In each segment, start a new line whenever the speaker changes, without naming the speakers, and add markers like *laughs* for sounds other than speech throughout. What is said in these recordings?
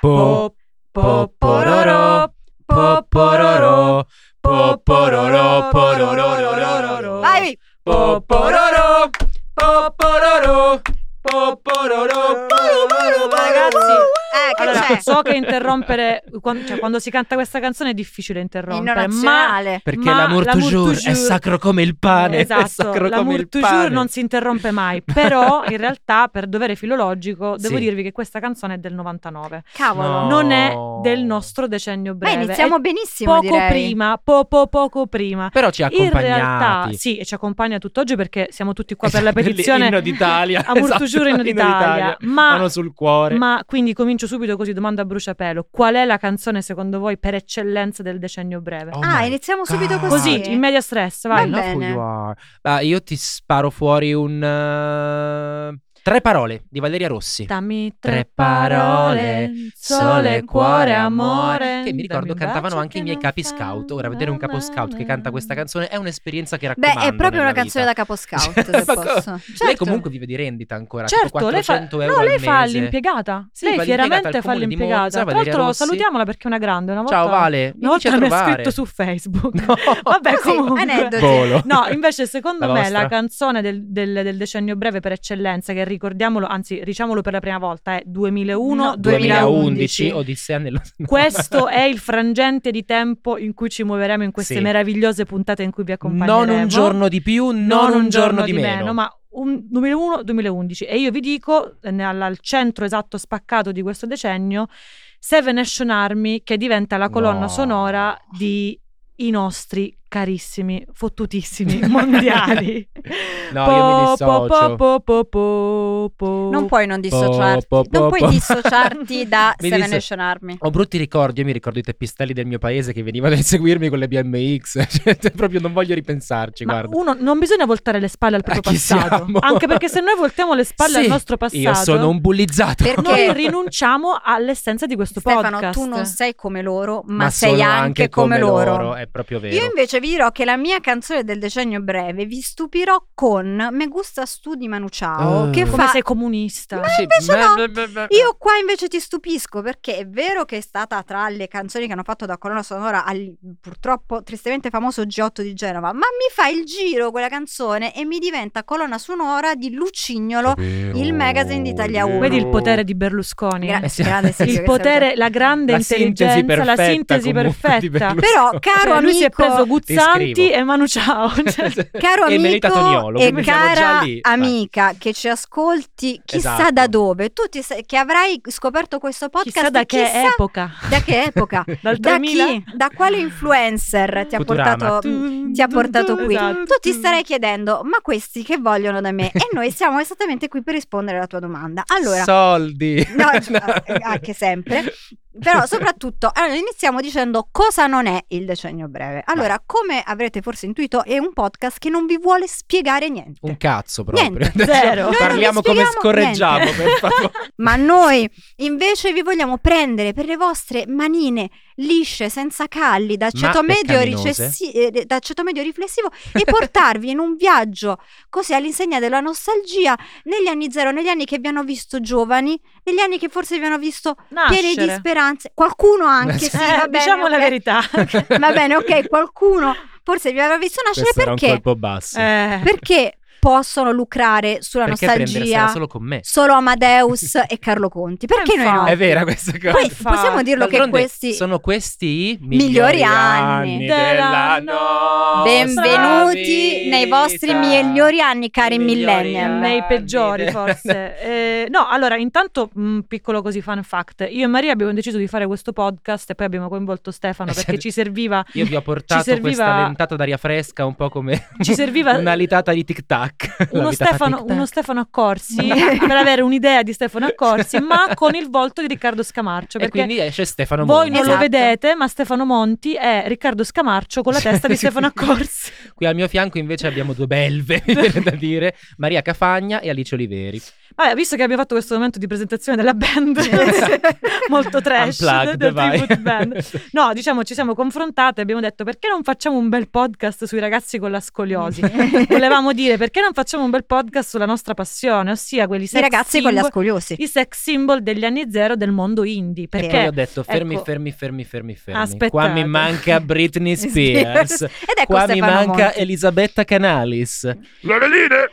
Po, po, pororo, po, pororo, po, pororo, porororororo.
Vai!
Po, pororo, po, pororo, po, pororo, pororo, Ragazzi,
Eh, che
allora,
c'è?
so che interrompere, quan- cioè, quando si canta questa canzone è difficile interrompere, ma...
Internazionale.
Perché
Ma
l'amour
l'amour
toujours è
toujours-
sacro come il *laughs* pane. è
Esatto,
sacro
la
come il
toujours
pane.
non si interrompe mai, però in realtà per dovere filologico devo
Sì. Oh.
dirvi che questa canzone è del 99.
Cavolo.
No.
non è del nostro decennio
Beh,
breve.
iniziamo
è
benissimo,
poco
direi.
prima, po- po- poco prima.
Però ci ha
In
accompagnati.
realtà, sì, e ci accompagna tutt'oggi perché siamo tutti qua
*laughs*
per la
Esatto,
petizione *laughs*
l'inno d'Italia.
Amour
esatto, *laughs*
toujours in
l'inno
d'Italia.
Mano
Ma,
sul cuore.
ma quindi comincio subito così, domanda a bruciapelo: qual è la canzone secondo voi per eccellenza del decennio breve?
Oh
ah,
my
iniziamo subito
God.
così.
così, in media stress, vai.
I
Va
love who
bene.
you are. Ma io ti sparo fuori un eh, tre parole di Valeria Rossi.
Dammi tre,
Tre
parole, sole, cuore, amore.
Che mi ricordo
Dammi un
cantavano
bacio
anche i
che
miei
non
capi
fa
scout. Ora, vedere un capo scout che canta questa canzone è un'esperienza che
Beh,
raccomando.
è proprio
nella
una canzone
vita.
da capo scout, se
Ma co-
posso.
Lei
Certo.
comunque vive di rendita ancora, tipo
Certo, lei fa,
400 euro
no, lei
al
fa
mese.
l'impiegata.
Sì,
lei
fa l'impiegata
fieramente
al
fa
comune di
l'impiegata.
Monza,
Tra
Valeria
l'altro,
Rossi.
salutiamola perché è una grande. Una volta,
Ciao Vale,
una
vienici
volta
a
mi ha
trovare.
scritto su Facebook.
*laughs* No.
Vabbè,
Così,
comunque.
aneddoti.
Volo. *laughs*
*laughs*
No, invece secondo
La
me
vostra.
la canzone del, del- del decennio breve per eccellenza, che ricordiamolo, anzi diciamolo per la prima volta, è 2001
No,
2011
2011.
Odissea nello no.
Questo è il frangente di tempo in cui ci muoveremo in queste
Sì.
meravigliose puntate in cui vi accompagneremo.
*laughs* non un giorno di più, non, un giorno, di meno.
ma un 2001-2011. E io vi dico, eh, al, al centro esatto spaccato di questo decennio, Seven Nation Army, che diventa la colonna
No.
sonora di i nostri carissimi, fottutissimi *laughs* mondiali.
*laughs* No, io mi dissocio.
po, po, po, po.
Non puoi non dissociarti.
po- po-
non puoi
po- *laughs*
dissociarti da
Mi
Seven
disso-
Nation Army.
Ho brutti ricordi, io mi ricordo i teppistelli del mio paese che venivano a inseguirmi con le BMX, *laughs* cioè, proprio non voglio ripensarci,
Ma
guarda.
uno, non bisogna voltare le spalle al proprio
A Eh, chi
passato.
siamo?
Anche perché se noi voltiamo le spalle al
Sì,
nostro passato,
Io sono un bullizzato.
Perché-
noi rinunciamo all'essenza di questo
Stefano,
podcast.
tu non sei come loro, ma,
Ma
sei
sono
anche come, loro.
È proprio vero.
Io invece vi dirò che la mia canzone del decennio breve vi stupirò con Me gusta studi Manu Ciao,
Ah.
che
Come
fa
sei comunista.
Ma- invece no.
beh, beh, beh, beh.
Io qua invece ti stupisco perché è vero che è stata tra le canzoni che hanno fatto da colonna sonora al purtroppo tristemente famoso G8 di Genova, ma mi fa il giro quella canzone e mi diventa colonna sonora di Lucignolo. il magazine di Italia Uno.
Vedi il potere di Berlusconi.
Gra-
Eh sì.
grande Silvio
il
che
potere,
saluto.
la grande
La sintesi
intelligenza, la
perfetta,
sintesi
comunque, di
perfetta.
Berlusconi.
Però
Cioè,
caro
Cioè, lui si è
amico-
preso Guzzanti
scrivo.
e Manu Ciao. Cioè,
*laughs*
Caro
E Melita
amico
Toniolo,
e
quindi siamo
cara
già
Eh.
lì. Vai.
amica che ci ascolti chissà
Esatto.
da dove, tu ti sai- che avrai scoperto questo *laughs* podcast
chissà da che
chissà
epoca.
da che
*laughs*
*laughs*
epoca,
Dal
da
2000?
chi, da quale influencer ti ha
Futurama.
portato ti ha portato qui.
Esatto.
Tu ti starei chiedendo, ma questi che vogliono da me? E noi siamo esattamente qui per rispondere alla tua domanda.
*laughs*
Allora,
Soldi.
*laughs* no, eh, anche sempre.
*laughs*
Però soprattutto, allora, iniziamo dicendo cosa non è il decennio breve. Allora, come avrete forse intuito, è un podcast che non vi vuole spiegare niente.
Un cazzo proprio.
Niente.
*laughs* Adesso
Zero. Noi non
Parliamo
vi
come
spieghiamo
scorreggiamo,
niente.
per favore.
Ma noi invece vi vogliamo prendere per le vostre manine lisce, senza calli, da
Ma
ceto, medio,
peccaminose.
ricessi- eh, da ceto medio riflessivo e portarvi in un viaggio così all'insegna della nostalgia negli anni zero, negli anni che vi hanno visto giovani, negli anni che forse vi hanno visto pieni di
Nascere.
speranze, qualcuno anche, sì,
Eh,
va bene,
diciamo la
ok. *laughs*
verità.
Va bene, ok, qualcuno forse vi avrà visto nascere
Questo era un
perché,
colpo basso.
Eh.
perché possono lucrare sulla
Perché prendersela
nostalgia
solo con me?
solo
*laughs*
Amadeus e Carlo Conti, perché noi no?
Infatti.
È vera questa cosa.
Poi
Infatti.
possiamo dirlo che
D'altronde
questi
sono questi i
Migliori anni
della
nostra
benvenuti nei
vita.
vostri migliori anni, cari
Migliori
millennial.
anni.
nei peggiori
del-
*laughs*
forse. Eh, no, allora, intanto, un piccolo così fun fact. Io e Maria abbiamo deciso di fare questo podcast e poi abbiamo coinvolto Stefano
Eh,
perché
sì.
ci serviva,
Io vi ho portato
serviva-
questa ventata d'aria fresca, un po' come
ci serviva
*laughs* una litata di tic tac. tac. la
Uno
vita
Stefano,
fatic, tac.
uno Stefano
*laughs*
Accorsi *laughs* per avere un'idea di Stefano Accorsi, ma con il volto di Riccardo Scamarcio.
E
Perché
quindi esce Stefano
voi non
Monti.
lo
Esatto.
vedete, ma Stefano Monti è Riccardo Scamarcio
*laughs*
con la testa di Stefano Accorsi.
Qui al mio fianco invece abbiamo due belve, *laughs* mi viene da dire, Maria Cafagna e Alice Oliveri.
*laughs* Vabbè, visto che abbiamo fatto questo momento di presentazione della band, *laughs* molto trash
Unplugged,
del
vai.
tribute band. No, diciamo, ci siamo confrontate e abbiamo detto perché non facciamo un bel podcast sui ragazzi con la scoliosi?
*laughs*
Volevamo dire perché non facciamo un bel podcast sulla nostra passione, ossia quelli
I
sex
ragazzi con
symbol-
la scoliosi.
i sex symbol degli anni zero del mondo indie.
E poi ho
Perché
detto fermi,
ecco.
fermi, fermi, fermi, fermi.
Aspettate.
Qua mi
*laughs*
manca Britney Spears.
Ed ecco
Qua
Stefano
mi manca
Monti.
Elisabetta Canalis.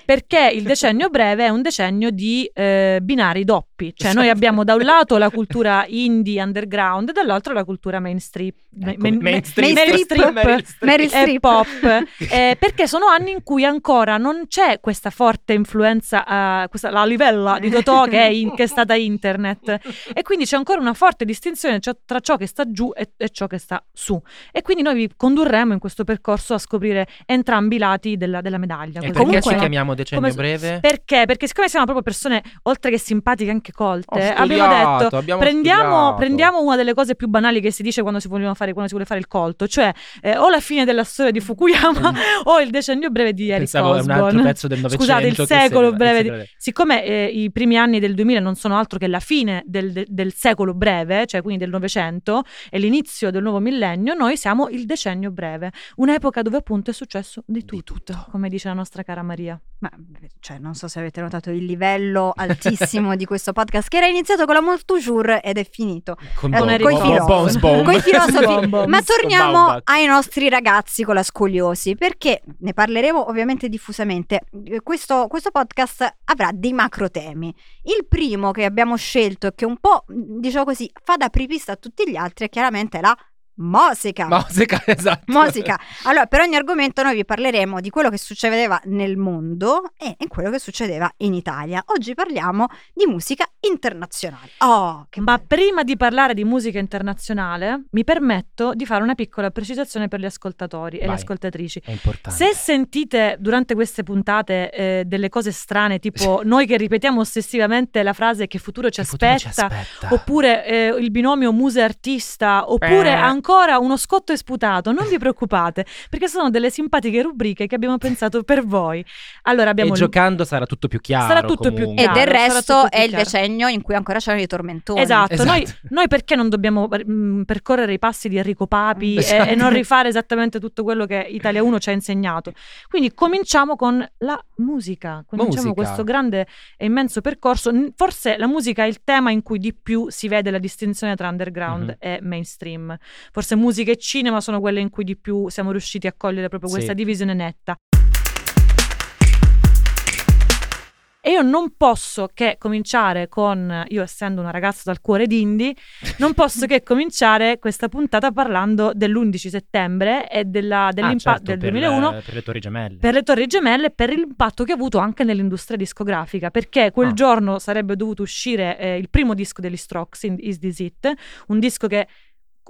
Perché il decennio breve è un decennio di eh, binari doppi, cioè noi abbiamo da un lato la cultura indie underground e dall'altro la cultura mainstream,
Ecco,
main-
mainstream.
Meryl Streep.
Meryl Streep.
Meryl
e
Streep.
*laughs*
pop, eh, perché sono anni in cui ancora non c'è questa forte influenza, eh, questa, la livella di Totò che è, in- che è stata internet e quindi c'è ancora una forte distinzione cio- tra ciò che sta giù e, e ciò che sta su e quindi noi vi condurremo in questo percorso a scoprire entrambi i lati della, della medaglia.
*laughs* E
Così.
perché
Comunque-
ci chiamiamo decennio
come-
breve?
Perché? Perché siccome siamo proprio persone, oltre che simpatiche, anche
Ho
colte,
studiato,
abbiamo detto...
abbiamo
Prendiamo,
studiato.
prendiamo una delle cose più banali che si dice quando si, vogliono fare, quando si vuole fare il colto, cioè eh, o la fine della storia di Fukuyama *laughs* o il decennio breve di Eric
Mm. Pensavo a un altro
Osborne.
pezzo del Novecento.
Scusate, il
che
secolo
seguiva-
breve
il
di-
secolo
Siccome eh, i primi anni del 2000 non sono altro che la fine del, de- del secolo breve, cioè quindi del Novecento, e l'inizio del nuovo millennio, noi siamo il decennio breve, un'epoca dove appunto è successo di tutto, come dice la nostra cara Maria.
Ma cioè, non so se avete notato il livello altissimo di questo podcast che era iniziato con la Multujour ed è finito.
Con
Eh,
Bon-
Enrico
Bon-
Firo.
Bones Bomb.
Coi filosofi.
Bon- Bones
Ma torniamo
Baumbach.
ai nostri ragazzi con la scoliosi, perché ne parleremo ovviamente diffusamente. Eh, Questo, questo podcast avrà dei macro temi. Il primo che abbiamo scelto e che un po', mh, diciamo così, fa da apripista a tutti gli altri è chiaramente la musica.
Musica, esatto.
Musica. Allora, per ogni argomento noi vi parleremo di quello che succedeva nel mondo e in quello che succedeva in Italia. Oggi parliamo di musica internazionale. Oh, che
Ma
bello.
prima di parlare di musica internazionale, mi permetto di fare una piccola precisazione per gli ascoltatori e
Vai.
le ascoltatrici.
È importante.
Se sentite durante queste puntate eh, delle cose strane, tipo noi che ripetiamo ossessivamente la frase che futuro ci
Che futuro ci
aspetta,
aspetta?
oppure eh, il binomio muse artista, oppure
Eh.
ancora uno scotto e sputato, non vi preoccupate, perché sono delle simpatiche rubriche che abbiamo pensato per voi. Allora abbiamo
e
il-
giocando sarà tutto più chiaro.
Sarà tutto più
comunque.
E
chiaro.
del
sarà
resto
tutto più
è il
chiaro.
decennio in cui ancora c'erano i tormentoni.
Esatto,
Esatto.
Noi, noi perché non dobbiamo mh, percorrere i passi di Enrico Papi e-
Esatto.
e, non rifare esattamente tutto quello che Italia 1 ci ha insegnato? Quindi cominciamo con la musica, cominciamo
Musica.
questo grande e immenso percorso. N- Forse la musica è il tema in cui di più si vede la distinzione tra underground
Mhm.
e mainstream. Forse musica e cinema sono quelle in cui di più siamo riusciti a cogliere proprio
Sì.
questa divisione netta. E io non posso che cominciare con, io essendo una ragazza dal cuore d'indie, non posso
*laughs*
che cominciare questa puntata parlando dell'11 settembre e della-
Ah,
dell'impa-
certo,
del
per,
2001
eh, Per le torri gemelle.
per le Torri Gemelle e per l'impatto che ha avuto anche nell'industria discografica, perché quel
Ah.
giorno sarebbe dovuto uscire eh, il primo disco degli Strokes, in- Is This It, un disco che,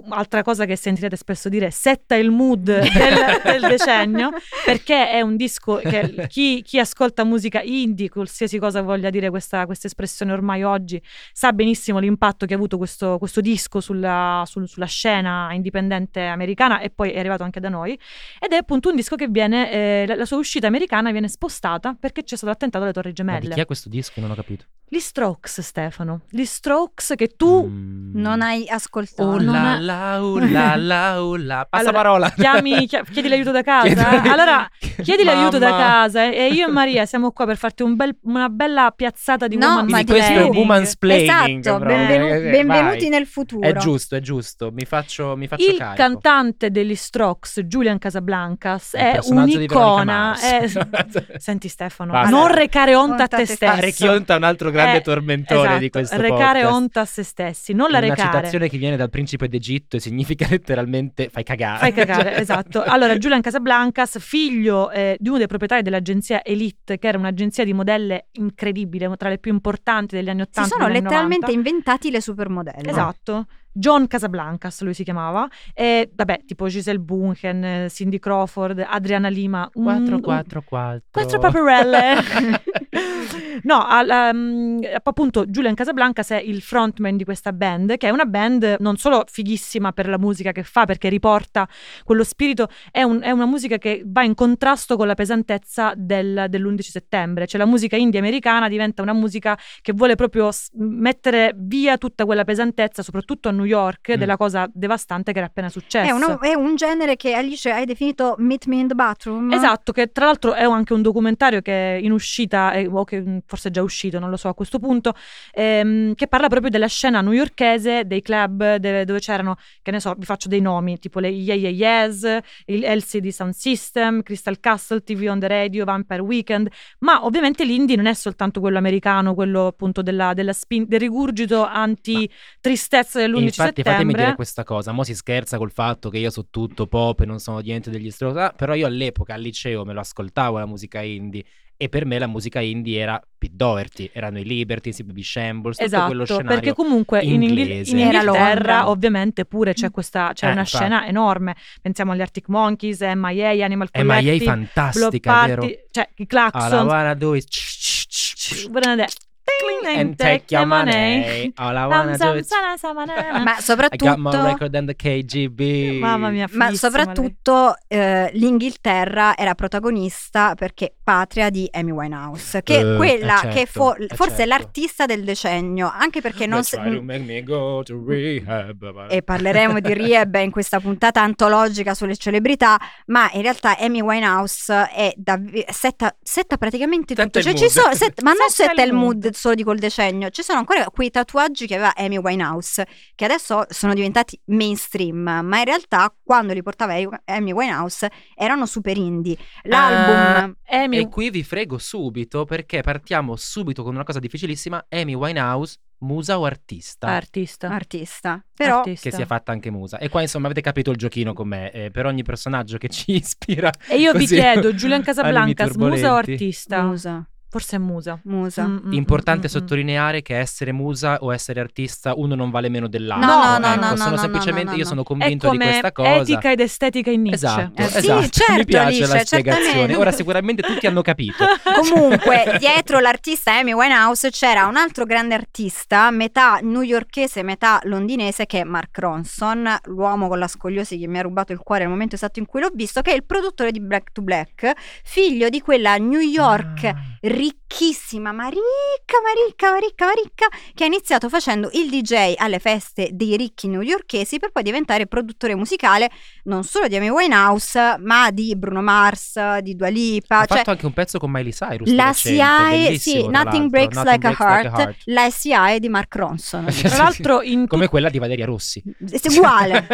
altra cosa che sentirete spesso dire, setta il
*laughs*
mood del, del decennio, perché è un disco che chi, chi ascolta musica indie, qualsiasi cosa voglia dire questa, questa espressione ormai oggi, sa benissimo l'impatto che ha avuto questo, questo disco sulla, sul- sulla scena indipendente americana e poi è arrivato anche da noi. Ed è appunto un disco che viene, eh, la, la sua uscita americana viene spostata perché c'è stato l'attentato alle Torri
Ma di
Gemelle.
chi è questo disco? Non ho capito.
Gli Strokes, Stefano. Gli Strokes che tu
Mm.
Non hai ascoltato.
Oh
Non
la
ha-
*laughs*
la, oh la la, oh la. Passa
Allora,
parola.
chiami- chi- chiedi l'aiuto da casa?
Chiedi-
Allora, chiedi l'aiuto da
Mm. Mamma.
casa eh, e io e Maria siamo qua per farti un bel- una bella piazzata di
No,
woman
ma
Quindi
di
questo è
lei.
woman's planning.
Esatto, benvenu-
eh,
benvenuti nel futuro.
eh, È giusto, è giusto. Mi faccio, mi faccio
il
carico.
cantante degli Strokes, Julian Casablancas,
Il
è
personaggio di
un'icona.
Veronica
è-
*laughs* Mars.
Senti Stefano,
Basta.
non recare onta a
Onta
te
a te stesso.
stesso.
Ah, Rechionta è un altro grande
Eh,
tormentore di questo
recare
podcast.
onta a se stessi, non la
Una
recare.
citazione che viene dal principe d'Egitto e significa *laughs* letteralmente fai cagare.
Fai cagare,
*laughs* Cioè-
esatto. Allora, Julian Casablancas, figlio eh, di uno dei proprietari dell'agenzia Elite, che era un'agenzia di modelle incredibile, tra le più importanti degli anni 80
Si sono
degli anni
letteralmente
90.
inventati le supermodelle.
Esatto. John Casablancas lui si chiamava, e vabbè, tipo Giselle Bunchen, eh, Cindy Crawford, Adriana Lima. un-
4,
un-
4, 4.
Mm, Quattro *laughs* paperelle. no, al- um, appunto Julian Casablancas è il frontman di questa band, che è una band non solo fighissima per la musica che fa, perché riporta quello spirito, è, un- è una musica che va in contrasto con la pesantezza del- dell'11 settembre, cioè la musica indie americana diventa una musica che vuole proprio s- mettere via tutta quella pesantezza, soprattutto a New York,
Mm.
della cosa devastante che era appena successa.
È, una- è un genere che Alice hai definito Meet Me in the Bathroom.
Esatto, che tra l'altro è anche un documentario che è in uscita, eh, o che mm, forse è già uscito, non lo so a questo punto, ehm, che parla proprio della scena newyorkese, dei club de- dove c'erano, che ne so, vi faccio dei nomi, tipo le Yeah Yeah Yes, il LCD Sound System, Crystal Castle, TV on the Radio, Vampire Weekend, ma ovviamente l'indie non è soltanto quello americano, quello appunto della, della spin- del rigurgito anti-tristezza
E
dell'11
infatti, fatemi dire
settembre.
questa cosa. Mo si scherza col fatto che io so tutto pop e non sono niente degli stro- ah, Però io all'epoca al liceo me lo ascoltavo la musica indie. E per me la musica indie era Pete Doherty, erano i Liberty, i Baby Shambles, tutto quello
Esatto,
scenario.
perché comunque in, Inghi-
inglese.
in
Era
Inghilterra
Londra.
ovviamente pure c'è, questa, c'è
Eh,
una
infatti.
scena enorme. Pensiamo agli Arctic Monkeys, MIA, Animal
Eh, ma
Collective,
è
Block
fantastica,
Party,
vero?
cioè i
Alla
Claxons.
wanna do is
Guarda te. Ting,
and
and
take your money.
money.
All I
Tam,
wanna do
sam,
is
sana, samana.
Ma
I got my
soprattutto,
record and the KGB.
Mamma mia,
ma
fighissima
soprattutto eh, l'Inghilterra era protagonista perché patria di Amy Winehouse, che
Eh,
è quella
eh,
che
certo,
fo-
eh,
forse è
certo.
l'artista del decennio, anche perché non
They
se-
try to make me go to rehab.
e parleremo
*laughs*
di Rieb in questa puntata antologica sulle celebrità, ma in realtà Amy Winehouse è davvero setta, setta praticamente
Setta
tutto,
il
Cioè, ci
mood.
sono- set- ma non
Setta
setta
il
il mood
mood.
solo di quel decennio, ci sono ancora quei tatuaggi che aveva Amy Winehouse che adesso sono diventati mainstream, ma in realtà quando li portava Amy Winehouse erano super indie.
Eh,
L'album
lei. Amy,
Ah, E qui vi frego subito perché partiamo subito con una cosa difficilissima. Amy Winehouse, musa o artista?
artista.
artista, però
artista.
Ah, che sia fatta anche musa. E qua insomma avete capito il giochino con me. eh, per ogni personaggio che ci *laughs* ispira.
Mm,
E io vi
così,
chiedo, Julian
*laughs* animi
Casablancas, musa o
turbolenti.
artista?
musa,
Forse è musa.
musa.
Mm, mm, mm,
Importante
mm, mm.
sottolineare che essere musa o essere artista uno non vale meno dell'altro.
No, no, no,
ecco,
no, no,
sono
no,
semplicemente
no, no,
io
no.
sono
È
convinto di
come
questa cosa.
etica ed estetica in Nietzsche.
Esatto,
Eh, sì,
esatto. mi
certo,
piace la
Alice,
spiegazione.
certamente.
Ora sicuramente tutti hanno
Cioè,
*laughs* capito.
Comunque, dietro l'artista Amy Winehouse c'era un altro grande artista, metà newyorkese, metà londinese, che è Mark Ronson, l'uomo con la scogliosi che mi ha rubato il cuore al momento esatto in cui l'ho visto, che è il produttore di Black to Black, figlio di quella New York
Ah.
ricchissima, ma ricca, ma ricca, ma ricca, ma ricca, che ha iniziato facendo il DJ alle feste dei ricchi newyorkesi per poi diventare produttore musicale non solo di Amy Winehouse, ma di Bruno Mars, di Dua Lipa,
Ha
cioè
fatto anche un pezzo con Miley Cyrus. di
la
recente,
SIAE,
bellissimo,
sì,
tra
Nothing
l'altro.
Breaks,
Nothing
like, a
Breaks
heart, la SIAE di Mark Ronson.
Sì,
Tra
sì,
l'altro in
*laughs* Come quella di Valeria Rossi.
È
*laughs*
uguale.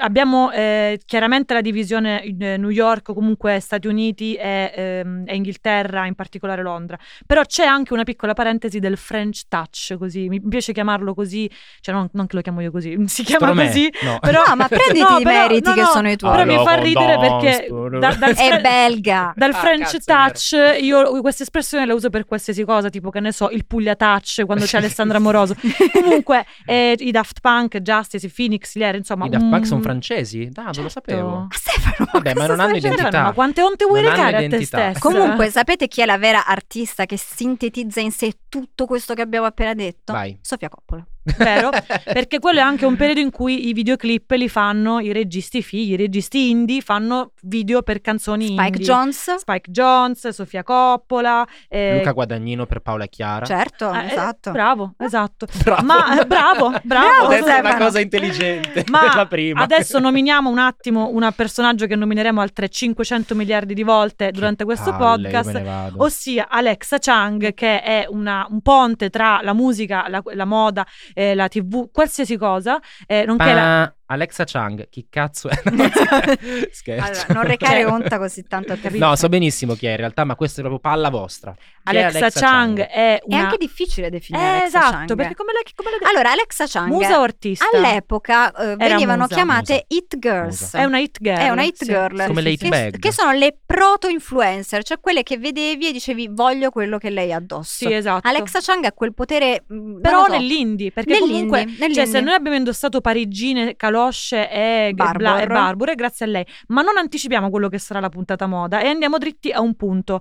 abbiamo eh, chiaramente la divisione in eh, New York, comunque Stati Uniti e, ehm, e Inghilterra, in particolare Londra. Però c'è anche una piccola parentesi del French touch, così mi piace chiamarlo così, cioè non, non che lo chiamo io così, *laughs* si chiama
Secondo me, *laughs*
così.
no.
Però,
No, ma
*laughs*
prenditi
No,
i
però-
meriti
no,
che
no,
sono i tuoi.
però mi fa
Allora,
ridere
con
perché
Dance.
da-
*laughs*
dal,
È
Fre-
belga.
dal
Ah,
French
cazzo, è
touch io questa espressione la uso per qualsiasi cosa, tipo che ne so, il Puglia touch quando
*laughs*
c'è Alessandra Moroso. Comunque eh, i Daft Punk, Justice, i Phoenix, gli Air, insomma, mm,
I Daft Punk sono
un-
francesi? Ah,
Certo.
non
*laughs*
lo sapevo.
Ma Stefano,
Vabbè, ma
cosa
non hanno
stai facendo?
identità.
Stefano, ma quante onte vuoi
Non hanno
legare a te
identità. *laughs*
stessa?
Comunque, sapete chi è la vera artista che sintetizza in sé tutto questo che abbiamo appena detto?
Vai.
Sofia Coppola.
Vero? perché quello è anche un periodo in cui i videoclip li fanno i registi figli, i registi indie fanno video per canzoni
Spike
indie.
Jones?
Spike Jones, Sofia Coppola, eh,
Luca Guadagnino per Paola e Chiara.
Certo,
eh,
esatto.
Bravo, esatto.
Bravo.
Ma bravo, bravo.
*laughs* Ho detto una
Stefano.
cosa intelligente.
Ma
*laughs* la prima.
adesso nominiamo un attimo un personaggio che nomineremo altre 500 miliardi di volte durante questo podcast. ossia Alexa Chang, che è una- un ponte tra la musica, la, la moda, eh, la tv, qualsiasi cosa, eh, nonché la,
la... Alexa Chang, chi cazzo è? No, scherzo.
Allora,
Scherzo.
non recare
Cioè-
conta così tanto a capire.
No, so benissimo chi è in realtà, ma questa è proprio palla vostra. Chi è
Alexa, Chang, è
È
una...
eh, anche difficile definire
Eh,
Alexa
esatto,
Chang.
perché come la, come la
Allora, Alexa Chang
Musa o artista?
all'epoca eh, venivano
musa,
chiamate
musa.
hit girls.
Musa.
È una hit girl.
È una hit
sì.
girl.
Come le hit
sì,
bag.
Che, che sono le proto-influencer, cioè quelle che vedevi e dicevi voglio quello che lei ha addosso.
Sì, esatto.
Alexa Chang ha quel potere, mh, non
però
lo so,
nell'indie, perché
nell'indie,
comunque Cioè,
nell'indie.
se noi abbiamo indossato parigine, calosce e
Barbor.
bla- e barbure, grazie a lei. Ma non anticipiamo quello che sarà la puntata moda e andiamo dritti a un punto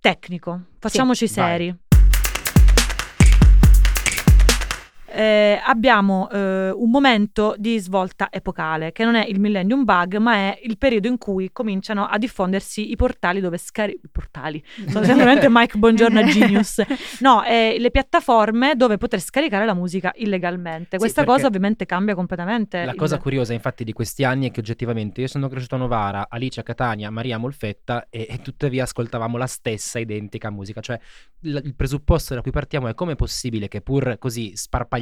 tecnico. Facciamoci
vai.
seri. Eh, abbiamo eh, un momento di svolta epocale che non è il millennium bug ma è il periodo in cui cominciano a diffondersi i portali dove scarichi i portali sono sicuramente Mike Buongiorno a Genius No, eh, le piattaforme dove poter scaricare la musica illegalmente. Questa
perché
cosa ovviamente cambia completamente.
La
il-
cosa curiosa infatti di questi anni è che oggettivamente io sono cresciuto a Novara, Alice a Catania, Maria a Molfetta e, e tuttavia ascoltavamo la stessa identica musica, cioè il- il presupposto da cui partiamo è come è possibile che pur così sparpagliati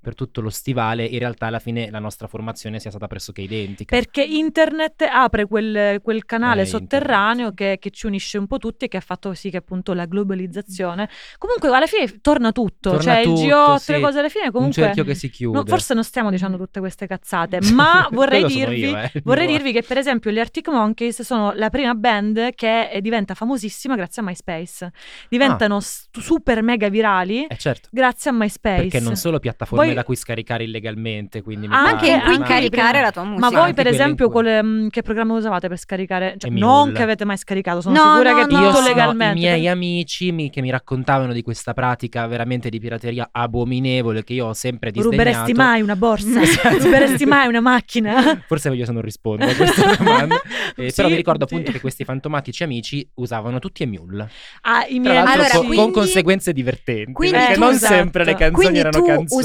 per tutto lo stivale in realtà alla fine la nostra formazione sia stata pressoché identica.
Perché internet apre quel, quel canale
Eh,
sotterraneo che, che ci unisce un po' tutti e che ha fatto sì che appunto la globalizzazione. Comunque alla fine torna tutto,
Torna
cioè
tutto,
il G8,
sì.
le cose alla fine comunque...
Un cerchio che si chiude.
no, forse non stiamo dicendo tutte queste cazzate,
*laughs*
ma Ah, vorrei
Quello sono
dirvi...
io, eh.
Vorrei dirvi che per esempio gli Arctic Monkeys sono la prima band che eh, diventa famosissima grazie a MySpace. Diventano
Ah.
stu- super mega virali
Eh certo.
grazie a MySpace.
Perché non solo piattaforme
Voi-
da cui scaricare illegalmente, quindi mi
Ah,
ma
pare-
anche in cui
anche
caricare
Ah.
prima.
la tua musica.
Ma voi
anche
per
quelle in
esempio
cui-
con le, mm, che programma usavate per scaricare? Cioè,
E
non
Mule.
che avete mai scaricato, sono
No,
sicura
no,
che
no.
tutto
Io
sono
legalmente.
sono i miei amici mi- che mi raccontavano di questa pratica veramente di pirateria abominevole che io ho sempre disdegnato.
Ruberesti mai una borsa?
*laughs* Esatto.
Ruberesti mai una
*laughs*
macchina?
Forse è meglio se non rispondo
*laughs*
a questa domanda. Eh,
Sì,
però mi ricordo
sì.
appunto che questi fantomatici amici usavano tutti e Mule.
Ah, i
Tra
miei
l'altro
amici.
Allora,
co-
quindi-
con conseguenze divertenti.
quindi
perché
tu-
non
esatto.
sempre le canzoni
Quindi
erano
tu
canzoni.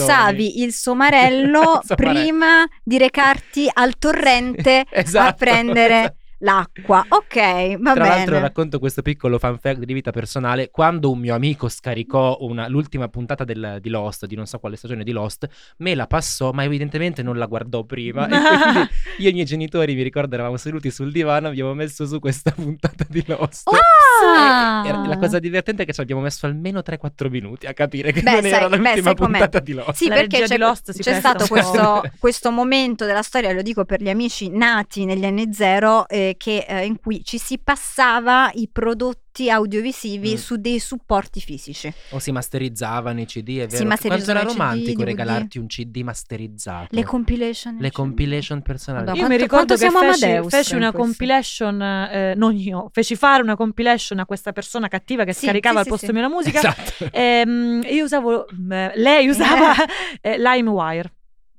*laughs*
usavi il somarello
Somarello.
prima di recarti
*laughs*
al torrente a
Esatto, *laughs*
prendere
esatto.
l'acqua. Ok, va
Tra l'altro
bene.
racconto questo piccolo fan fact di vita personale. Quando un mio amico scaricò una- l'ultima puntata del- di Lost, di non so quale stagione di Lost, me la passò, ma evidentemente non la guardò
*laughs*
prima. E quindi io e i miei genitori, vi ricordo, eravamo seduti sul divano, abbiamo messo su questa *laughs* puntata di Lost.
Ah!
Era- la cosa divertente è che ci abbiamo messo almeno 3-4 minuti a capire che
Beh,
non
sai-
era
beh,
l'ultima
sai com'è.
puntata di Lost.
Sì,
La
perché
regia
c'è,
di Lost si
c'è
presta
stato
un po'.
questo,
*laughs*
*laughs* questo momento della storia, lo dico per gli amici nati negli anni zero, eh, che, eh, in cui ci si passava i prodotti audiovisivi
Mm.
su dei supporti fisici.
O si masterizzavano i CD, è
Si
vero. Quanto era
masterizzavano i CD,
romantico
DVD.
regalarti un CD masterizzato.
Le compilation.
Le compilation personali.
Madonna.
Io mi ricordo
Quanto- quanto
che
siamo
feci,
Amadeus
feci
in
una
questo?
compilation, eh, non io, feci fare una compilation a questa persona cattiva che
Sì,
scaricava
sì,
al
sì,
posto
sì.
mio la musica.
*laughs* Esatto.
Ehm, io usavo, mm, lei usava eh, LimeWire.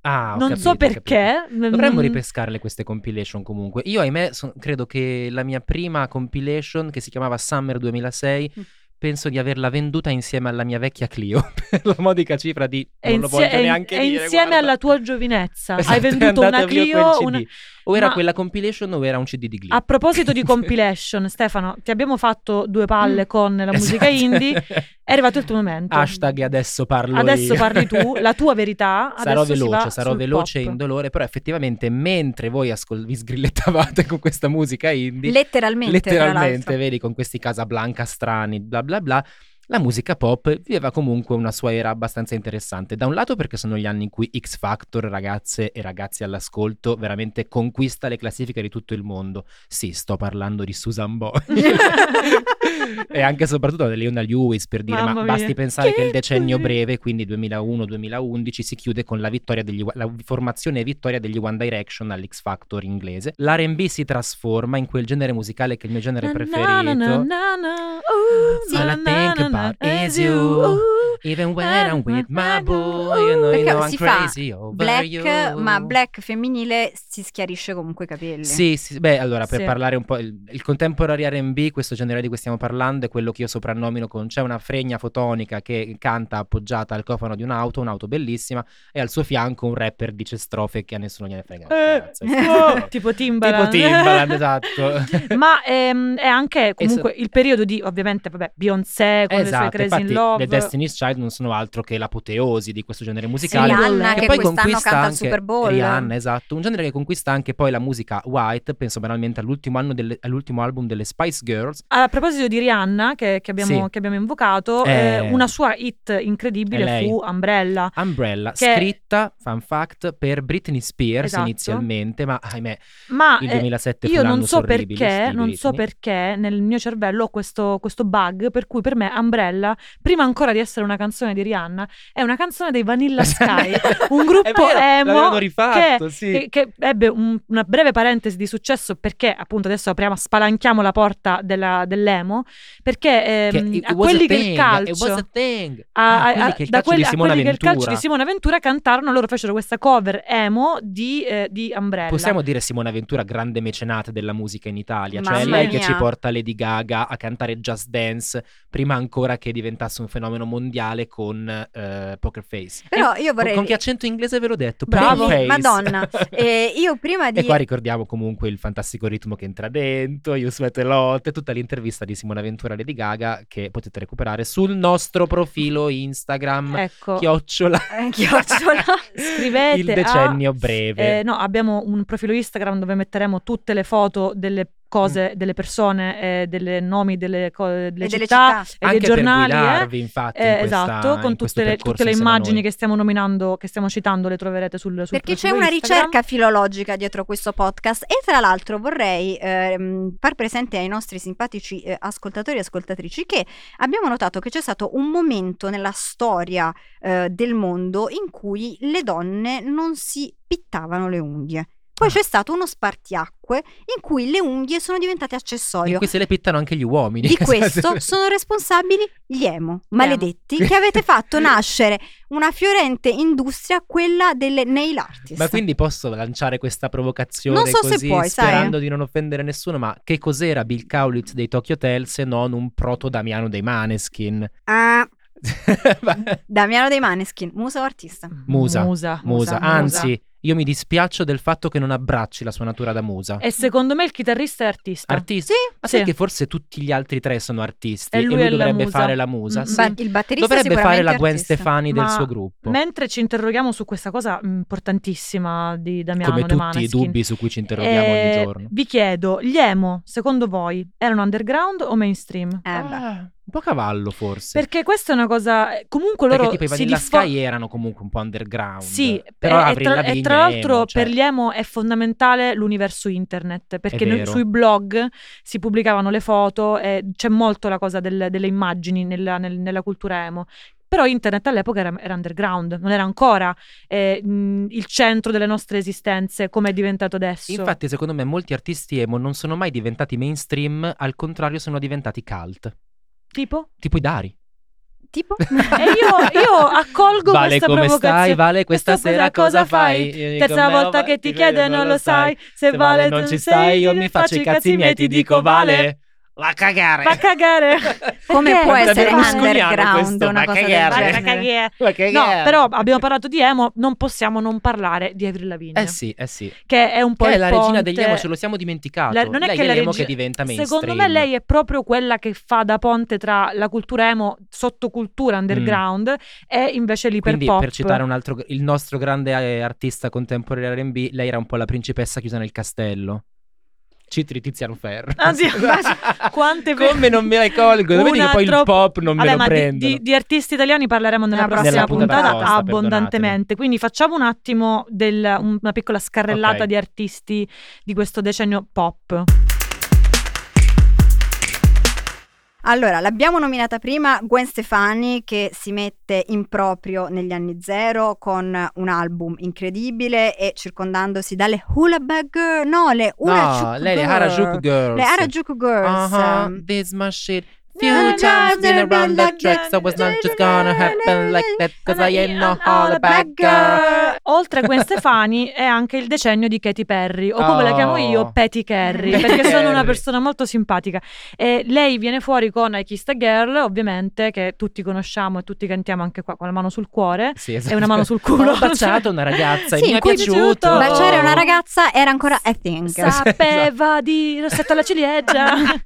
Ah, ho
non so
capito, ho capito.
perché.
Dovremmo
mm,
ripescarle queste compilation comunque. Io, ahimè, son- credo che la mia prima compilation, che si chiamava Summer 2006,
Mm.
penso di averla venduta insieme alla mia vecchia Clio *laughs* per la modica cifra di
E
non lo
insie-
voglio
e-
neanche
e
dire.
insieme
guarda.
alla tua giovinezza
*laughs* Esatto,
hai
è
venduto
andato
una
via
Clio.
quel
una-
CD. O era
Ma-
quella compilation o era un CD di Glee.
A proposito di compilation, Stefano, ti abbiamo fatto due palle con la musica
Mm. Esatto. *laughs*
indie. È arrivato il tuo momento.
Hashtag adesso parlo
Adesso
io.
parli tu, la tua verità.
*laughs* Sarò
adesso si
veloce,
va
sarò
sul
veloce e
*laughs*
*laughs*
pop.
indolore, però effettivamente mentre voi ascol- vi sgrillettavate *laughs* con questa musica indie,
Letteralmente, tra
letteralmente,
l'altro.
vedi, con questi Casablanca strani, bla bla bla, la musica pop viveva comunque una sua era abbastanza interessante. Da un lato perché sono gli anni in cui X Factor, ragazze e ragazzi all'ascolto, veramente conquista le classifiche di tutto il mondo. Sì, sto parlando di Susan Boy.
*laughs*
*laughs* e anche e soprattutto di Leona Lewis per dire,
Mamma
ma
mia.
basti pensare che,
Che
il decennio
così.
breve, quindi 2001-2011, si chiude con la vittoria degli la formazione e vittoria degli One Direction all'X Factor inglese. L'R&B si trasforma in quel genere musicale che è il mio genere
Na, na,
preferito.
na, na, na, ooh,
Sì.
na,
All I
na,
think
na, Eh, Uh,
about
na,
is you.
ooh.
Even when
Eh,
I'm with my boy, you know, you
Perché
know I'm
si fa
crazy over
Black,
you.
ma black femminile si schiarisce comunque i capelli.
Sì, sì, beh, allora per
Sì.
parlare un po' il, il contemporary R&B, questo genere di cui stiamo parlando è quello che io soprannomino con c'è una fregna fotonica che canta appoggiata al cofano di un'auto, un'auto bellissima e al suo fianco un rapper dice strofe che a nessuno gliene frega. un
Eh,
cazzo. *laughs*
oh, tipo Timbaland.
Tipo Timbaland, esatto.
*laughs* Ma ehm, è anche comunque il periodo di, ovviamente, vabbè, Beyoncé con le sue
*laughs* Esatto,
Crazy
infatti
in Love.
le Destiny's Child non sono altro che l'apoteosi di questo genere musicale.
Rihanna
che
che,
poi
quest'anno
conquista
canta al
anche
Super Bowl.
Rihanna, esatto, un genere che conquista anche poi la musica white, penso banalmente all'ultimo, anno delle- all'ultimo album delle Spice Girls,
A proposito di Rihanna, che, che abbiamo,
Sì.
che abbiamo invocato,
Eh.
eh, una sua hit
È
incredibile
lei.
fu Umbrella.
Umbrella,
Che-
scritta, fun fact, per Britney Spears
Esatto.
inizialmente, ma ahimè,
Ma
il
eh,
2007 fu
io
un
non
anno
so
orribile,
perché,
sì, di
non so
Britney.
perché nel mio cervello ho questo, questo bug per cui per me Umbrella, prima ancora di essere una canzone di Rihanna, è una canzone dei
*laughs*
Vanilla Sky, un
È
gruppo
vero,
emo
l'avevano rifatto, sì.
che, che ebbe un- una breve parentesi di successo perché appunto adesso apriamo, spalanchiamo la porta della- dell'emo, perché
Che
ehm,
it
a
was a
quelli che il
thing, it was
calcio...
a thing.
a-
Ah,
a-
quelli
a-
che il
da
calcio di
quelli- a
Simone
quelli che il calcio
Ventura.
di Simone Ventura cantarono, loro fecero questa cover emo di, eh, di Umbrella.
Possiamo dire Simona Ventura grande mecenate della musica in Italia, cioè
Mamma
è lei che
mia.
ci porta Lady Gaga a cantare Just Dance prima ancora che diventasse un fenomeno mondiale con eh, Poker Face.
Però io
Con,
vorrei...
con che accento inglese ve l'ho detto?
Bravo.
Poker Face. *laughs*
Madonna. Eh, io prima di...
E qua ricordiamo comunque il fantastico ritmo che entra dentro, You Sweat a Lot, e tutta l'intervista di Simona Ventura a Lady Gaga che potete recuperare sul nostro profilo Instagram,
Ecco. *laughs*
chiocciola,
Eh, chiocciola.
scrivete
*laughs* il
a-
decennio breve.
Eh, no, abbiamo un profilo Instagram dove metteremo tutte le foto delle cose,
Mm.
delle persone, eh, delle nomi delle, co- delle
e delle
città,
città.
e dei
Anche
giornali.
per
eh.
guidarvi, infatti,
Eh,
in questa-
esatto, con
in questo
tutte le,
percorso
tutte le
insieme a
immagini
noi.
che stiamo nominando, che stiamo citando, le troverete sul, sul
Perché c'è
profilo
una
Instagram.
ricerca filologica dietro questo podcast e tra l'altro vorrei ehm, far presente ai nostri simpatici eh, ascoltatori e ascoltatrici che abbiamo notato che c'è stato un momento nella storia eh, del mondo in cui le donne non si pittavano le unghie. Poi
Ah.
c'è stato uno spartiacque in cui le unghie sono diventate
In *laughs*
accessorio.
cui se le pittano anche gli uomini.
Di
*laughs*
questo sono responsabili gli emo, maledetti, che avete fatto nascere una fiorente industria, quella delle nail artist.
Ma quindi posso lanciare questa provocazione
Non so se
così,
puoi, sai.
sperando di non offendere nessuno, ma che cos'era Bill Kaulitz dei Tokyo Hotel se non un proto Damiano dei Maneskin?
Ah,
Musa,
Damiano dei Maneskin, muso o artista?
Musa,
Musa.
anzi, io mi dispiaccio del fatto che non abbracci la sua natura da musa.
E secondo me il chitarrista è artista.
Artista?
Sì,
Ma sai
Esatto. sì.
che forse tutti gli altri tre sono artisti
E
e
lui
lui,
è la
dovrebbe
musa.
fare la musa?
Mm,
sì.
Ba- il batterista
Dovrebbe
sicuramente
fare la Gwen
artista.
Stefani
Ma
del suo gruppo.
Mentre ci interroghiamo su questa cosa mm, importantissima di Damiano
Come
De
tutti i
Maneskin,
dubbi su cui ci interroghiamo
eh,
ogni giorno.
Vi chiedo, gli emo, secondo voi, erano underground o mainstream?
Eh, beh.
Ah, un po' a cavallo forse.
Perché questa è una cosa. eh, Comunque
Perché
loro
tipo i
si
Vanilla
diffo-
Sky erano comunque un po' underground.
Sì,
però
e- e,
Avril
tra, e
Lavigne
tra
è
l'altro
emo, cioè,
per gli emo è fondamentale l'universo internet perché noi-
vero.
sui blog si pubblicavano le foto e c'è molto la cosa del- delle immagini nella, nel- nella cultura emo. Però internet all'epoca era, era underground, non era ancora eh, mh, il centro delle nostre esistenze come è diventato adesso.
Infatti, secondo me, molti artisti emo non sono mai diventati mainstream, al contrario, sono diventati cult.
tipo?
Tipo i Dari.
Tipo?
*laughs*
E Eh, io, io accolgo
Vale
questa
come
provocazione.
stai, Vale, questa
Questa
sera cosa fai? Eh,
Terza
con me,
volta
oh,
che
vai,
ti chiedo non lo sai. Se Vale
non
tu
ci
sei,
stai, io
ti
mi faccio i cazzi miei, ti dico Vale, va a *laughs* cagare.
Va a cagare. *laughs*
Come
Perché?
può
Quanto è
essere
berlusconiano
underground
questo,
una
ma
cosa
che
del
guerre.
Va a
genere?
cagare.
Va a cagare.
No, però abbiamo parlato di emo, non possiamo non parlare di Avril Lavigne,
Eh sì, eh sì.
che è un po'
Poi è
il
la regina
ponte.
degli emo, ce lo siamo dimenticato.
La- non è
lei
che
è
la
l'emo
regi-
che diventa mainstream.
Secondo me lei è proprio quella che fa da ponte tra la cultura emo, sottocultura underground e invece
Mm. Quindi
l'iperpop.
per citare un altro, il nostro grande eh, artista contemporaneo R&B, lei era un po' la principessa chiusa nel castello. Citri Tiziano
*laughs*
Ferro.
Ah,
*laughs*
sì, ma- quante ve-
Come non me la colgo?
Una
Vedi che poi il
troppo-
pop non
Vabbè,
me lo
ma di-
prendo.
Di, di artisti italiani parleremo nella
Nella
prossima
prossima
puntata,
apposta,
puntata.
abbondantemente. Quindi facciamo un attimo del- un- una piccola scarrellata
Ok.
di artisti di questo decennio pop.
Allora, l'abbiamo nominata prima Gwen Stefani che si mette in proprio negli anni zero con un album incredibile e circondandosi dalle Hula Bag Girl, no, le Hula
No, lei è
Girl.
Harajuku Girls.
Le Harajuku Girls.
Uh-huh,
ehm.
this machine. Few times been around the track, so it's not just gonna happen like that, cause I ain't no holla back girl.
Oltre a Gwen
*laughs*
Stefani è anche il decennio di Katy Perry, o come la
Oh.
chiamo io, Patty Carry,
Patty
perché sono una
Carry.
persona molto simpatica. E lei viene fuori con I Kissed a Girl, ovviamente, che tutti conosciamo e tutti cantiamo anche qua con la mano sul cuore.
Sì, esatto.
E una mano sul culo.
Ho baciato una ragazza
Sì,
e mi
in
è
cui
piaciuto.
Oh.
Baciare una ragazza era ancora a thing.
*laughs*
Sapeva di Rossetta la ciliegia. *laughs*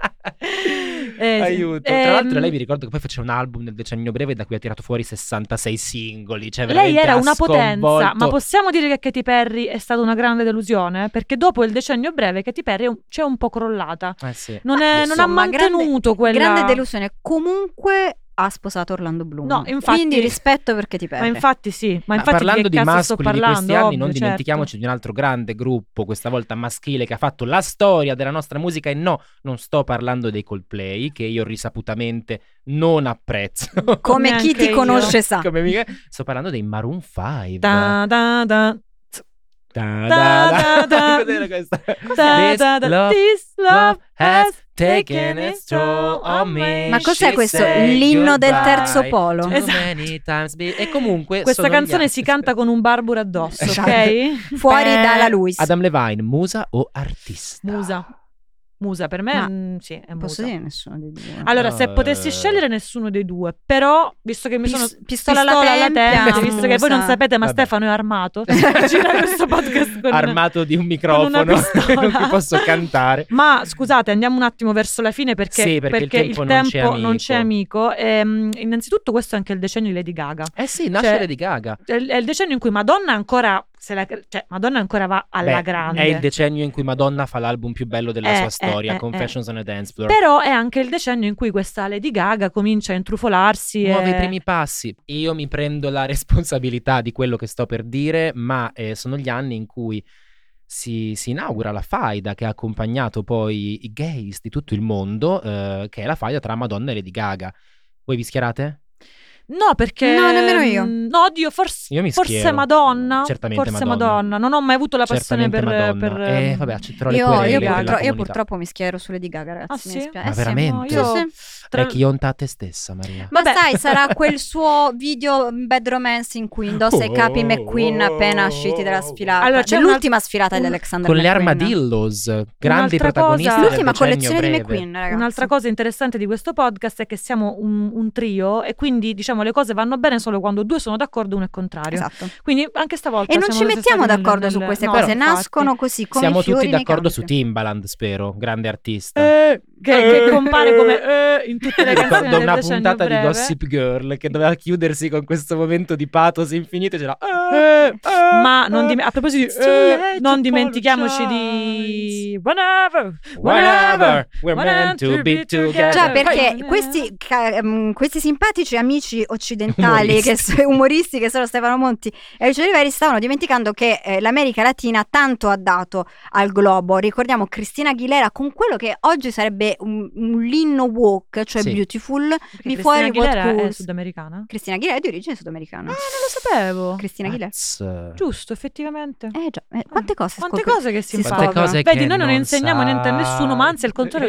Eh,
Aiuto. Tra
ehm,
l'altro, lei mi ricordo che poi faceva un album nel decennio breve da cui ha tirato fuori 66 singoli. Cioè,
Lei
veramente
era
ha
una potenza, ma
sconvolto-
possiamo dire che Katy Perry è stata una grande delusione? Perché dopo il decennio breve Katy Perry è un- c'è un po' crollata.
Eh sì.
Non, è- non ha
Insomma, grande-
mantenuto quella...
Grande delusione. Comunque ha sposato Orlando Bloom.
No, infatti-
Quindi rispetto perché ti
Ma
perdi.
infatti sì, ma
Ma
infatti
parlando
che
di
cazzo
mascoli
sto
di
parlando?
questi anni,
Ovvio,
non
certo.
dimentichiamoci di un altro grande gruppo, questa volta maschile, che ha fatto la storia della nostra musica. E no, non sto parlando dei Coldplay, che io risaputamente non apprezzo.
Come
Neanche
chi ti
io.
conosce sa.
Come mica- Sto parlando dei Maroon 5.
Da, da, da,
Da,
da,
*laughs*
da.
Cos'era questa?
da,
This
da, da.
love
This love has
taken its toll on me.
Ma cos'è
She
questo?
said
L'inno del
goodbye
terzo polo?
too
Esatto.
many times be- E comunque
Questa
sono gli
canzone
altri.
si canta con un barbaro addosso, ok?
*laughs* Esatto.
Fuori
Eh,
dalla Luis.
Adam Levine, musa o artista?
Musa. *laughs* Musa per me,
Ma
mm, sì, è Ah,
Posso
musa.
dire nessuno dei due.
Allora, se potessi
Eh.
scegliere nessuno dei due, però, visto che mi
Pis-
sono
pistola, alla
alla
tempia,
tempia, visto che voi non
musa.
sapete, ma
Vabbè.
Stefano è
*laughs*
armato, gira questo podcast con
Armato di un
con una
microfono, *laughs*
pistola.
non vi posso cantare.
Ma scusate, andiamo un attimo verso la fine perché,
Sì, perché il tempo non c'è
tempo non
amico.
c'è amico. Ehm, innanzitutto, questo è anche il decennio di Lady Gaga.
Eh sì, nascere
Cioè,
di Gaga.
È il è il decennio in cui Madonna ancora, se la- cioè, Madonna ancora va alla
Beh,
grande.
È il decennio in cui Madonna fa l'album più bello della
Eh,
sua
eh,
storia,
eh, eh.
Confessions on a Dance Floor.
Però è anche il decennio in cui questa Lady Gaga comincia a intrufolarsi.
Muove
e...
i primi passi. Io mi prendo la *laughs* responsabilità di quello che sto per dire, ma eh, sono gli anni in cui si, si inaugura la faida che ha accompagnato poi i gays di tutto il mondo, eh, che è la faida tra Madonna e Lady Gaga. Voi vi schierate?
No, perché.
No, nemmeno io.
Mm, No, oddio, forse.
Io mi
Forse
schiero.
Madonna.
Certamente
forse
Madonna.
Non ho mai avuto la passione
Certamente
per.
Madonna.
per,
Eh,
ehm,
vabbè, accetterò le
Io,
querele
io,
della
purtro- io
comunità.
purtroppo mi schiero sulle di Gaga, ragazzi.
Ah, sì?
Mi dispiace.
Ma
Eh, sì.
veramente?
Sì, sì.
tra-
È chi onta te stessa, Maria.
Ma
Vabbè.
sai, sarà quel suo video Bad Romance in cui indossa i capi
Oh,
McQueen appena usciti dalla sfilata.
Allora, c'è
l'ultima sfilata
un-
di Alexander
Con le
McQueen.
armadillos, grandi
cosa-
protagonisti. del
L'ultima
decennio
collezione
breve.
di McQueen, ragazzi.
Un'altra cosa interessante di questo podcast è che siamo un, un trio e quindi diciamo le cose vanno bene solo quando due sono d'accordo e uno è contrario.
Esatto.
Quindi anche stavolta
E non
siamo
ci
stati
mettiamo
nel-
d'accordo
nel-
su queste
no,
cose,
infatti.
nascono così come
Siamo
i fiori
tutti
nei
d'accordo su
campi.
Timbaland, spero, grande artista.
Eh, che,
Eh.
che compare come eh, in tutte
Mi
le canzoni
ricordo
del
una
decennio
puntata
breve.
di Gossip Girl che doveva chiudersi con questo momento di pathos infinito e c'era "Ah,
Eh, Ma non dim- a proposito di eh, non dimentichiamoci di Whenever
Whenever we're
Whenever
meant to be together
Già,
Eh,
Cioè, perché
poi-
questi, ca- ehm, questi simpatici amici occidentali, che
Umoristi.
so- umoristi che sono Stefano Monti e Lucio Riveri, stavano dimenticando che eh, l'America Latina tanto ha dato al globo. Ricordiamo Cristina Aguilera con quello che oggi sarebbe un, un l'inno walk, cioè
Sì.
beautiful.
Perché
Before
Christina
It Was
Aguilera
Cool.
è sudamericana? Ah,
Cristina Aguilera è di origine sudamericana.
non lo sapevo.
Cristina
Eh.
Aguilera.
Azz.
Giusto, effettivamente.
Eh già, eh, quante cose
Quante
scopri-
cose che si
si
imparano.
scoprono. Quante
cose
Vedi,
che
noi non,
non
insegniamo niente a
sai.
nessuno, ma anzi, al contrario,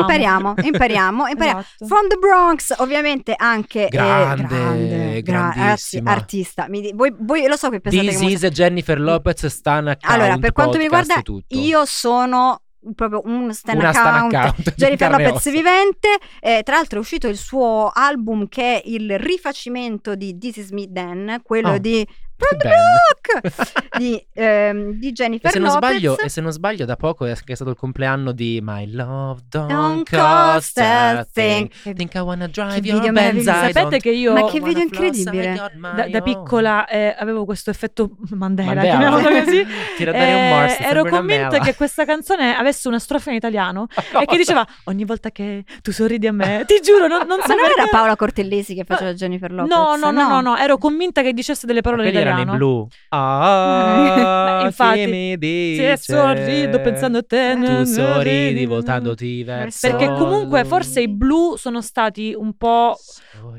impariamo.
Impariamo,
*laughs*
impariamo, impariamo.
Esatto.
From the Bronx, ovviamente anche eh,
Grande,
grande, gra- ragazzi,
grandissima.
artista. Mi di- voi, voi lo so che pensate
This
che
is Jennifer Lopez Stan account
Allora, per quanto mi
podcast,
riguarda,
tutto.
io sono proprio un stand
Esatto. una Stan
account. *laughs*
account di
Jennifer
carne e
Lopez
ossa.
vivente, eh, tra l'altro è uscito il suo album che è il rifacimento di This Is Me Then, quello
Oh,
di From the
bello.
*laughs* Rock di, ehm, di
E
Jennifer
se, non
Lopez.
sbaglio, eh, e se non sbaglio, da poco è che è stato il compleanno di My Love Don't,
Don't
Cost a
cost a
Thing.
thing.
Think I wanna
Che
drive
video
your Benz.
meraviglioso.
I
Sapete
don't
che io
Ma che
wanna
video
floss, I
incredibile.
got my
da, da
own.
piccola eh, avevo questo effetto Mandela,
Mandela.
chiamiamolo
*laughs*
così.
Tira dare
Eh,
un morso,
ero
sembra una
convinta
mela. Oh.
che questa canzone avesse una strofa in italiano e
*laughs*
che diceva ogni volta che tu sorridi a me, ti giuro, non, non so
Ma non
perché-
era Paola Cortellesi che faceva Jennifer Lopez?
No, no, no, no, no, ero convinta che dicesse delle parole in
Quelli erano
italiano. *laughs*
in blu. Ah,
Beh,
infatti,
infatti,
chi mi dice
Se sorrido pensando a te,
cioè, Tu
non-
sorridi voltandoti verso
Perché comunque forse i blu sono stati un po'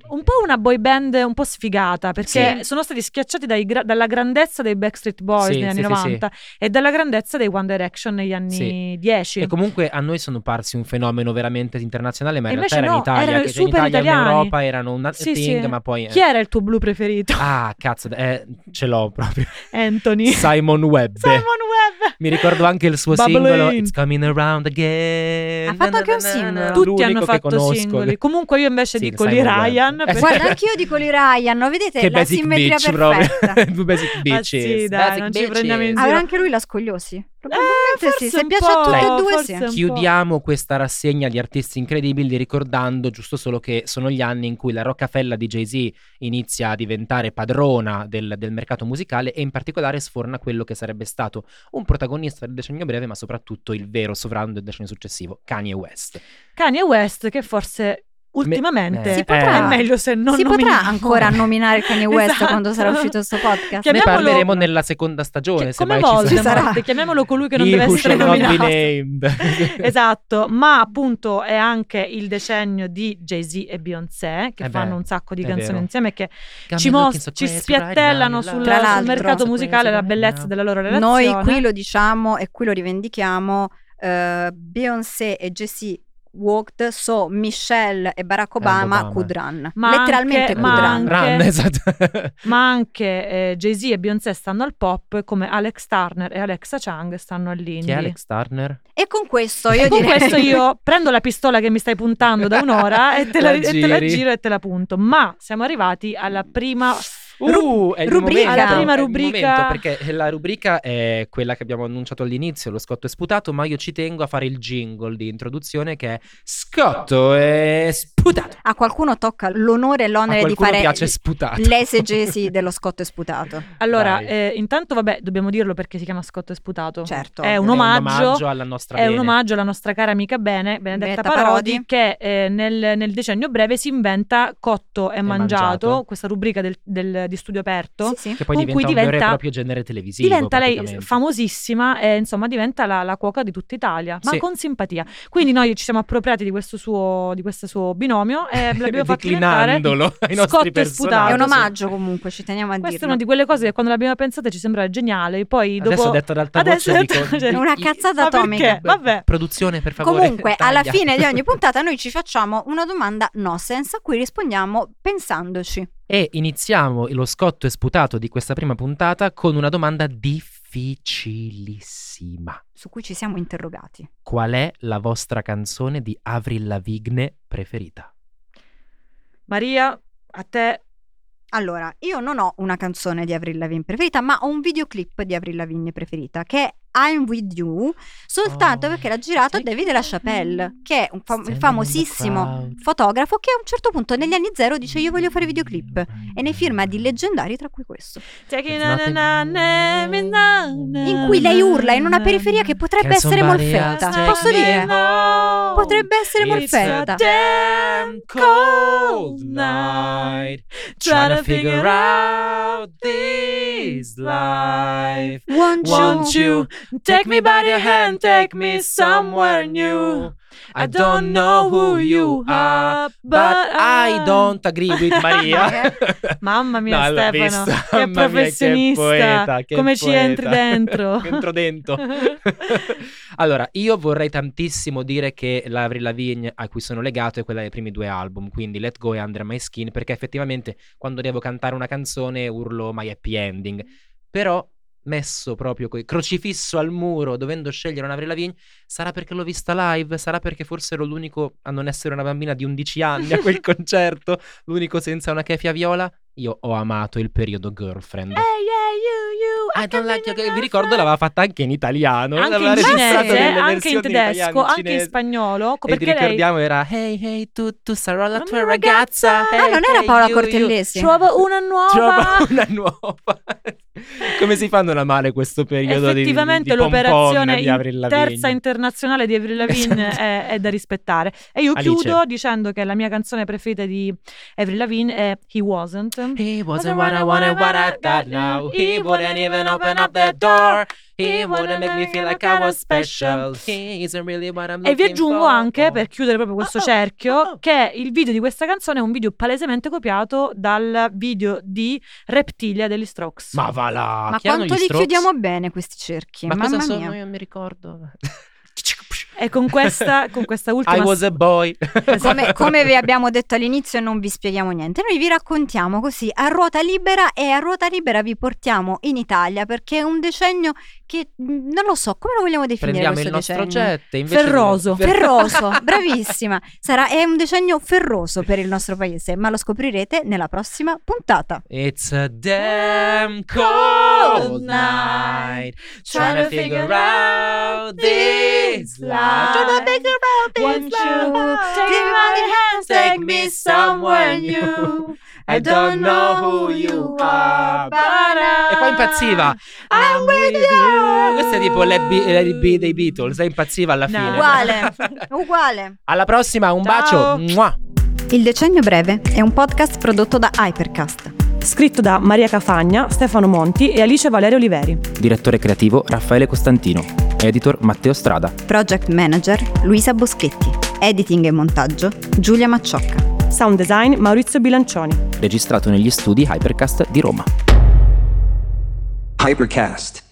un po' una boy band un po' sfigata perché
Sì.
sono stati schiacciati dai gra- dalla grandezza dei Backstreet Boys
Sì,
negli anni
sì, sì,
90 e dalla grandezza dei One Direction negli anni
Sì.
10.
E comunque a noi sono parsi un fenomeno veramente internazionale, ma in
Invece
realtà
no,
era in Italia,
erano
che cioè in
super
Italia e in
italiani.
Europa erano una
Sì,
thing,
sì.
ma poi... eh.
Chi era il tuo blu preferito?
Ah, cazzo, eh, ce l'ho proprio.
Anthony.
Simon Webb.
*laughs* Simon Webb.
Mi ricordo anche il suo
Bubbling.
singolo It's Coming Around Again.
Ha fatto anche un singolo.
L'unico
Tutti hanno
che
fatto
conosco.
singoli. Comunque io invece
Sì,
dico
Simon
li
Webb.
Ryan.
Eh, *laughs*
perché-
Guarda, anch'io dico Lee Ryan, no? Vedete
Che
la
basic
simmetria
bitch
perfetta.
proprio. *laughs* basic bitch.
sì, dai, Ah, non ci prendiamo in
Avrà anche lui la scogliosi? Probabilmente
forse
sì, se
un
piace a
po',
tutti e due
forse
sì.
Esatto, un po'.
Chiudiamo questa rassegna di artisti incredibili ricordando giusto solo che sono gli anni in cui la Roccafella di Jay-Z inizia a diventare padrona del, del mercato musicale e in particolare sforna quello che sarebbe stato un protagonista del decennio breve ma soprattutto il vero sovrano del decennio successivo, Kanye West.
Kanye West che forse ultimamente
eh,
Si potrà-
è meglio se non
si potrà
nominiamo.
ancora nominare Kanye West
Esatto.
quando sarà uscito questo podcast?
Chiamiamolo-
Ne parleremo *laughs* nella seconda stagione,
Cioè,
se
come
mai ci
Voldemort,
sarà.
sarà.
chiamiamolo colui che non
He
deve
who
essere
shall not be
nominato. *laughs*
named.
*laughs* Esatto, ma appunto è anche il decennio di Jay-Z e Beyoncé che
Eh beh,
fanno un sacco di
è
canzoni
vero.
insieme che ci, mos- ci spiattellano sul,
Tra
sul
l'altro-
mercato musicale
eh.
la bellezza della loro relazione.
Noi qui lo diciamo e qui lo rivendichiamo, eh, Beyoncé e Jessie Walked so Michelle e Barack Obama,
Obama.
could run.
Ma
Letteralmente
anche-
could
ma
run.
anche-
Run, esatto.
Ma anche eh, Jay-Z e Beyoncé stanno al pop come Alex Turner e Alexa Chang stanno
Chi è
all'indie.
Alex Turner?
E con questo io
E con
direi
questo io prendo la pistola che mi stai puntando da un'ora e te la,
La
e te la
giri.
giro e te la punto. Ma siamo arrivati alla prima
Uh, è il
rubrica.
momento,
Alla prima
è il
rubrica.
momento, perché la rubrica è quella che abbiamo annunciato all'inizio, lo scotto è sputato, ma io ci tengo a fare il jingle di introduzione che è scotto e sputato.
a qualcuno tocca l'onore e
A
l'onere di
qualcuno
fare
piace sputato. *laughs*
l'esegesi dello scotto esputato.
Allora,
Vai.
eh, intanto, vabbè, dobbiamo dirlo perché si chiama Scotto e Sputato.
Certo.
È
È
un omaggio.
alla nostra
È un
Bene.
omaggio alla nostra cara amica Bene, Benedetta
Benedetta
Parodi,
Parodi.
che eh, nel, nel decennio breve si inventa Cotto e mangiato,
mangiato.
questa rubrica del- del- di studio aperto.
Sì, sì.
Che poi
con
diventa,
cui
un vero e
diventa-
proprio genere televisivo.
Diventa lei
praticamente.
famosissima e insomma diventa la, la cuoca di tutta Italia, ma
Sì.
con simpatia. Quindi noi ci siamo appropriati di questo suo, di questo suo binomio
*laughs*
e l'abbiamo fatto diventare
Declinandolo
Scotto
ai nostri
e
personaggi.
sputato,
È un omaggio comunque, ci teniamo a
Questa è
dirlo.
una di quelle cose che quando l'abbiamo pensata ci sembrava geniale, poi dopo...
Adesso detto ad alta
Adesso
voce
detto- *laughs*
dico...
cioè,
una
i-
cazzata
Ma perché?
atomica.
Vabbè.
Produzione, per favore.
Comunque, alla
taglia.
fine di ogni puntata noi ci facciamo una domanda no sense a cui rispondiamo pensandoci.
*laughs* E iniziamo lo scotto e sputato di questa prima puntata con una domanda difficilissima.
Su cui ci siamo interrogati.
Qual è la vostra canzone di Avril Lavigne preferita?
Maria, a te
Allora, io non ho una canzone di Avril Lavigne preferita, ma ho un videoclip di Avril Lavigne preferita che è I'm With You, soltanto
Oh.
perché l'ha girato David
Mm.
LaChapelle, che è un fam-
Standing in the
famosissimo
crowd.
fotografo che a un certo punto negli anni zero dice io voglio fare videoclip e ne firma di leggendari tra cui questo,
Taking
It's
na
nothing-
na na na na na
in cui lei urla in una periferia che potrebbe
Can
essere
somebody
molfetta,
else take
posso
me
dire?
No.
Potrebbe essere
It's a
molfetta.
day- Damn cold night, trying to figure out this life.
Won't you-
Won't you take me by the hand, take me somewhere new? I don't know who you are, but I Eh, don't agree *laughs* with Maria.
Mamma mia,
No, l'ho
Stefano,
vista.
che
Mamma mia,
professionista.
poeta, che
Come ci
poeta.
entri
*laughs*
dentro?
Entro dentro. allora, io vorrei tantissimo dire che l'Avril Lavigne a cui sono legato è quella dei primi due album, quindi Let Go e Under My Skin, perché effettivamente quando devo cantare una canzone urlo My Happy Ending. Però messo proprio coi- crocifisso al muro dovendo scegliere un'Avril Lavigne sarà perché l'ho vista live sarà perché forse ero l'unico a non essere una bambina di 11 anni a
*laughs*
quel concerto l'unico senza una kefia viola io ho amato il periodo girlfriend
Hey, yeah, you, you,
I
I
don't
can
like
be
you.
your
Vi ricordo
girlfriend.
l'aveva fatta anche in italiano.
Anche
l'aveva
in
registrato
cinese,
nelle
anche in
versioni italiane,
tedesco, anche in
cinese.
spagnolo.
E
Perché
ti
lei
ricordiamo era Hey hey tu tu sarò la
Mamma
tua
mia,
ragazza.
ragazza.
Hey,
Ah, non era
hey,
Paola
you, you.
Cortellesi.
trova una nuova.
Trova
*laughs*
una nuova. Come si fanno a male questo periodo di-
effettivamente
di, di pomponna
l'operazione
di Avril
in-
Lavigne.
terza internazionale di Avril Lavigne
*laughs* Esatto.
è, è da rispettare e io
Alice.
chiudo dicendo che la mia canzone preferita di Avril Lavigne è He Wasn't
He wasn't what I wanted, what I thought now. He wouldn't even open up the door. He wouldn't make me feel like I was special. He isn't really what I'm
e vi
looking
aggiungo
for.
anche per chiudere proprio questo
Oh, oh,
cerchio
oh, oh.
che il video di questa canzone è un video palesemente copiato dal video di Reptilia degli Strokes
Ma va là.
Ma
chi erano
quanto
gli
li
Strokes?
chiudiamo bene questi cerchi,
Ma
mamma
cosa sono?
mia.
Io non mi ricordo.
e con questa, con questa ultima
*laughs* I was a boy.
Come, come vi abbiamo detto all'inizio non vi spieghiamo niente, noi vi raccontiamo così a ruota libera e a ruota libera vi portiamo in Italia perché è un decennio che mh, non lo so, come lo vogliamo definire
Prendiamo il
questo
nostro
decennio?
jet e invece
Ferroso.
Fer-
Ferroso, bravissima. Sarà, è un decennio ferroso per il nostro paese, ma lo scoprirete nella prossima puntata.
It's a damn cold whole night trying to figure out this life.
Trying to figure out this
Won't you
life.
take my hands, take me somewhere new.
I don't know who you are.
Ba-da.
E poi impazziva.
*laughs* I'm with you.
Questa è tipo l'A.B. l'A.B. dei Beatles, è impazziva alla
No.
fine. *laughs*
Uguale, uguale.
Alla prossima, un
Ciao.
bacio. Mua.
Il decennio breve è un podcast prodotto da Hypercast.
Scritto da Maria Cafagna, Stefano Monti e Alice Valerio Oliveri.
Direttore creativo Raffaele Costantino. Editor Matteo Strada.
Project Manager Luisa Boschetti. Editing e montaggio Giulia Macciocca.
Sound design Maurizio Bilancioni.
Registrato negli studi Hypercast di Roma.
Hypercast.